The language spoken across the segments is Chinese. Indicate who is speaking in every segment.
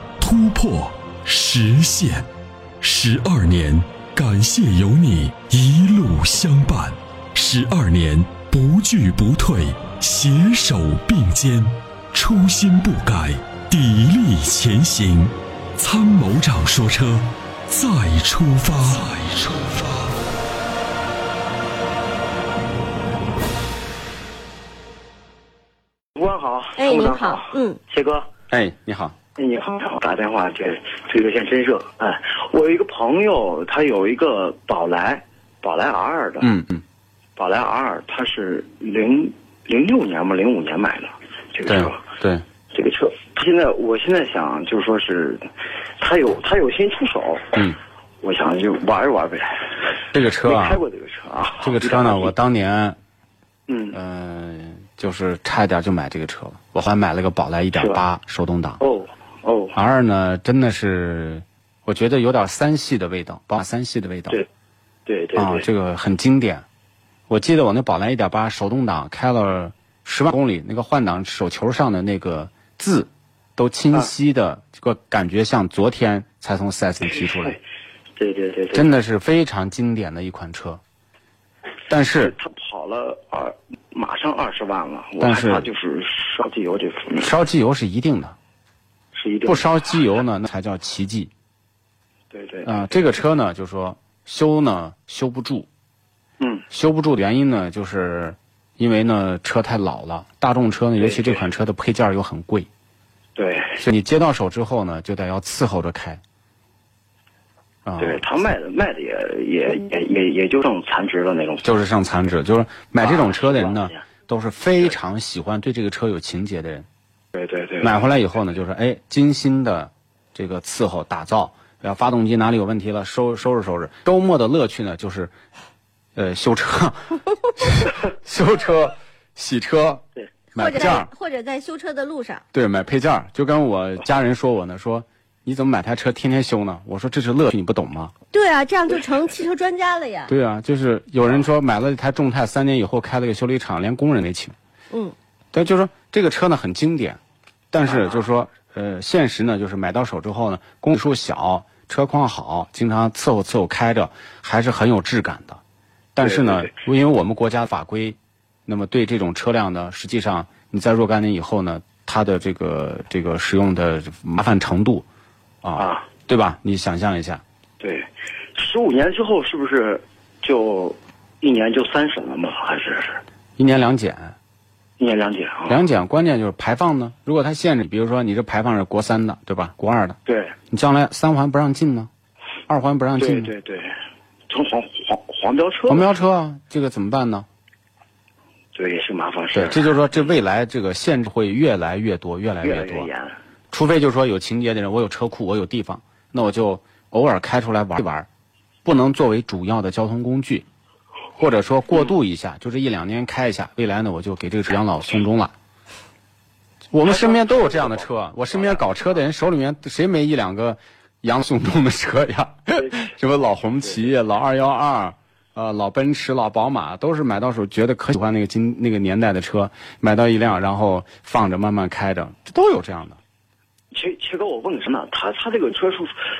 Speaker 1: 突破、实现，十二年，感谢有你一路相伴，十二年不惧不退，携手并肩，初心不改，砥砺前行。”参谋长说：“车，再出发。”再出发。
Speaker 2: 主管好，参
Speaker 3: 哎，
Speaker 2: 谋
Speaker 3: 您
Speaker 2: 长
Speaker 3: 好，嗯，
Speaker 2: 谢哥，
Speaker 4: 哎，你好，
Speaker 2: 哎你好，打电话这这个线真热。哎，我有一个朋友，他有一个宝来，宝来 R 二的，
Speaker 4: 嗯嗯，
Speaker 2: 宝来 R 二，他是零零六年嘛，零五年买的这个
Speaker 4: 对
Speaker 2: 车，
Speaker 4: 对，
Speaker 2: 这个车，现在我现在想就是说是，他有他有心出手，
Speaker 4: 嗯，
Speaker 2: 我想就玩一玩呗。
Speaker 4: 这个车
Speaker 2: 没
Speaker 4: 啊
Speaker 2: 开，过这个车啊，
Speaker 4: 这个车呢，我当年
Speaker 2: 嗯
Speaker 4: 嗯、呃就是差一点就买这个车了，我还买了个宝来一点八手动挡
Speaker 2: 哦哦，
Speaker 4: ，R 二呢真的是，我觉得有点三系的味道，宝马三系的味道，
Speaker 2: 对对对
Speaker 4: 啊，
Speaker 2: 对，
Speaker 4: 这个很经典。我记得我那宝来一点八手动挡开了十万公里，那个换挡手球上的那个字都
Speaker 2: 啊
Speaker 4: 清晰的，这个感觉像昨天才从4 S 店提出来。
Speaker 2: 对对对对，
Speaker 4: 真的是非常经典的一款车。但是
Speaker 2: 他跑了二，马上二十万了，我
Speaker 4: 但
Speaker 2: 害
Speaker 4: 是
Speaker 2: 怕就是烧机油这方面
Speaker 4: 烧机油是一定的，
Speaker 2: 是一定
Speaker 4: 不烧机油呢，那才叫奇迹
Speaker 2: 对对，
Speaker 4: 啊、这个车呢，就说修呢修不住，
Speaker 2: 嗯，
Speaker 4: 修不住的原因呢，就是因为呢车太老了，大众车呢，尤其这款车的配件儿又很贵，
Speaker 2: 对
Speaker 4: 所以你接到手之后呢，就得要伺候着开。啊、
Speaker 2: 对，他卖的卖的也也也也也就剩残值了那种，
Speaker 4: 嗯就是上残值，就是买这种车的人
Speaker 2: 啊
Speaker 4: 呢
Speaker 2: 是吧，
Speaker 4: 都是非常喜欢对这个车有情节的人。
Speaker 2: 对对对，
Speaker 4: 买回来以后呢，就是哎，精心的这个伺候打造，然后发动机哪里有问题了，收收拾收拾。周末的乐趣呢，就是呃 修车、修车、洗车
Speaker 2: 对、
Speaker 4: 买
Speaker 3: 或者
Speaker 4: 配件
Speaker 3: 在
Speaker 4: 儿，
Speaker 3: 或者在修车的路上，
Speaker 4: 对，买配件儿。就跟我家人说我呢，说你怎么买台车天天修呢？我说这是乐趣，你不懂吗？
Speaker 3: 对啊，这样就成汽车专家了呀。
Speaker 4: 对啊，就是有人说买了一台众泰，三年以后开了个修理厂，连工人没请。
Speaker 3: 嗯，
Speaker 4: 但就是说这个车呢很经典，但是就是说呃现实呢就是买到手之后呢，公里数小，车况好，经常伺候伺候开着，还是很有质感的。但是呢
Speaker 2: 对，
Speaker 4: 因为我们国家法规，那么对这种车辆呢，实际上你在若干年以后呢，它的这个这个使用的麻烦程度啊，
Speaker 2: 啊
Speaker 4: 对吧？你想象一下，
Speaker 2: 对，十五年之后是不是就一年就三审了吗？还是
Speaker 4: 一年两检，
Speaker 2: 一年两检啊？
Speaker 4: 两检关键就是排放呢。如果它限制，比如说你这排放是国三的，对吧？国二的，
Speaker 2: 对
Speaker 4: 你将来三环不让进呢，二环不让进
Speaker 2: 对对
Speaker 4: 呢，
Speaker 2: 对，成黄黄黄标车，
Speaker 4: 黄标车啊，这个怎么办呢？
Speaker 2: 对也是麻烦事
Speaker 4: 对
Speaker 2: 儿，，
Speaker 4: 这就是说，这未来这个限制会越来越多，越来
Speaker 2: 越来
Speaker 4: 多
Speaker 2: 越。严，
Speaker 4: 除非就是说有情节的人，我有车库，我有地方，那我就偶尔开出来玩一玩，不能作为主要的交通工具，或者说过渡一下，就这一两年开一下，未来呢我就给这个车养老送终了。我们身边都有这样的车，我身边搞车的人手里面谁没一两个养老送终的车呀？ 什么老红旗、老二幺二，呃，老奔驰、老宝马，都是买到手觉得可喜欢那个今那个年代的车，买到一辆，然后放着慢慢开着，这都有这样的。
Speaker 2: 切切哥，我问个什么？他他这个车是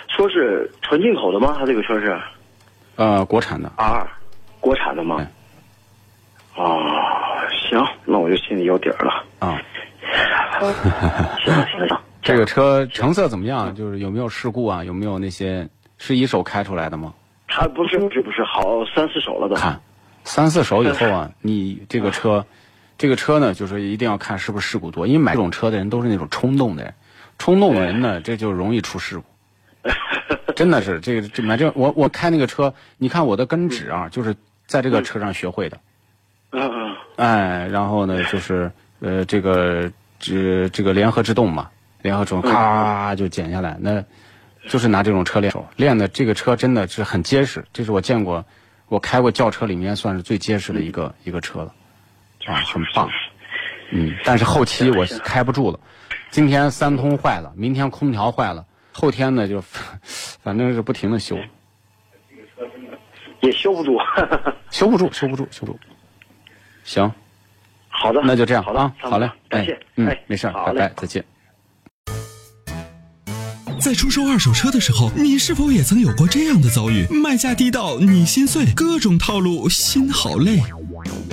Speaker 2: 说是纯进口的吗？他这个车是
Speaker 4: 呃，国产的，
Speaker 2: R 啊国产的
Speaker 4: 嗯
Speaker 2: 吗？哦，行，那我就心里有底儿了。
Speaker 4: 啊，
Speaker 2: 行了行了行了，
Speaker 4: 这个车成色怎么样？就是有没有事故啊？有没有那些是一手开出来的吗？
Speaker 2: 他不是不是不是好三四手了都。
Speaker 4: 看，三四手以后啊，你这个车，这个车呢，就是一定要看是不是事故多，因为买这种车的人都是那种冲动的人，冲动的人呢，这就容易出 事故。真的是这个这买这我我开那个车，你看我的根指啊，就是在这个车上学会的。
Speaker 2: 嗯嗯
Speaker 4: 哎，然后呢，就是呃，这
Speaker 2: 嗯
Speaker 4: 个这这个联合制动嘛，联合制动咔就剪下来。那就是拿这种车练手，练的这个车真的是很结实，这是我见过，我开过轿车里面算是最结实的一个、
Speaker 2: 嗯
Speaker 4: 一个车了，啊，很棒，嗯，但是后期我开不住了，今天三通坏了，明天空调坏了，后天呢就 反正是不停的修，
Speaker 2: 嗯也修不住。
Speaker 4: 修不住，修不住，修不住，行，
Speaker 2: 好的，
Speaker 4: 那就这样
Speaker 2: 好的
Speaker 4: 啊，
Speaker 2: 参谋
Speaker 4: 好嘞
Speaker 2: 长，感
Speaker 4: 哎
Speaker 2: 谢，，
Speaker 4: 嗯
Speaker 2: 哎，
Speaker 4: 没事儿，
Speaker 2: 好
Speaker 4: 拜
Speaker 2: 嘞
Speaker 4: 拜，再见。
Speaker 1: 在出售二手车的时候，你是否也曾有过这样的遭遇？卖价低到你心碎，各种套路，心好累。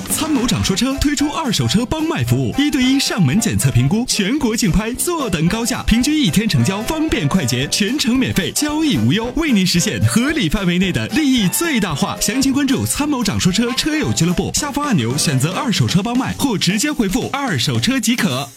Speaker 1: 参谋长说车推出二手车帮卖服务，一对一上门检测评估，全国竞拍，坐等高价，平均一天成交，方便快捷，全程免费，交易无忧，为您实现合理范围内的利益最大化。详情关注参谋长说车车友俱乐部下方按钮，选择二手车帮卖，或直接回复二手车即可。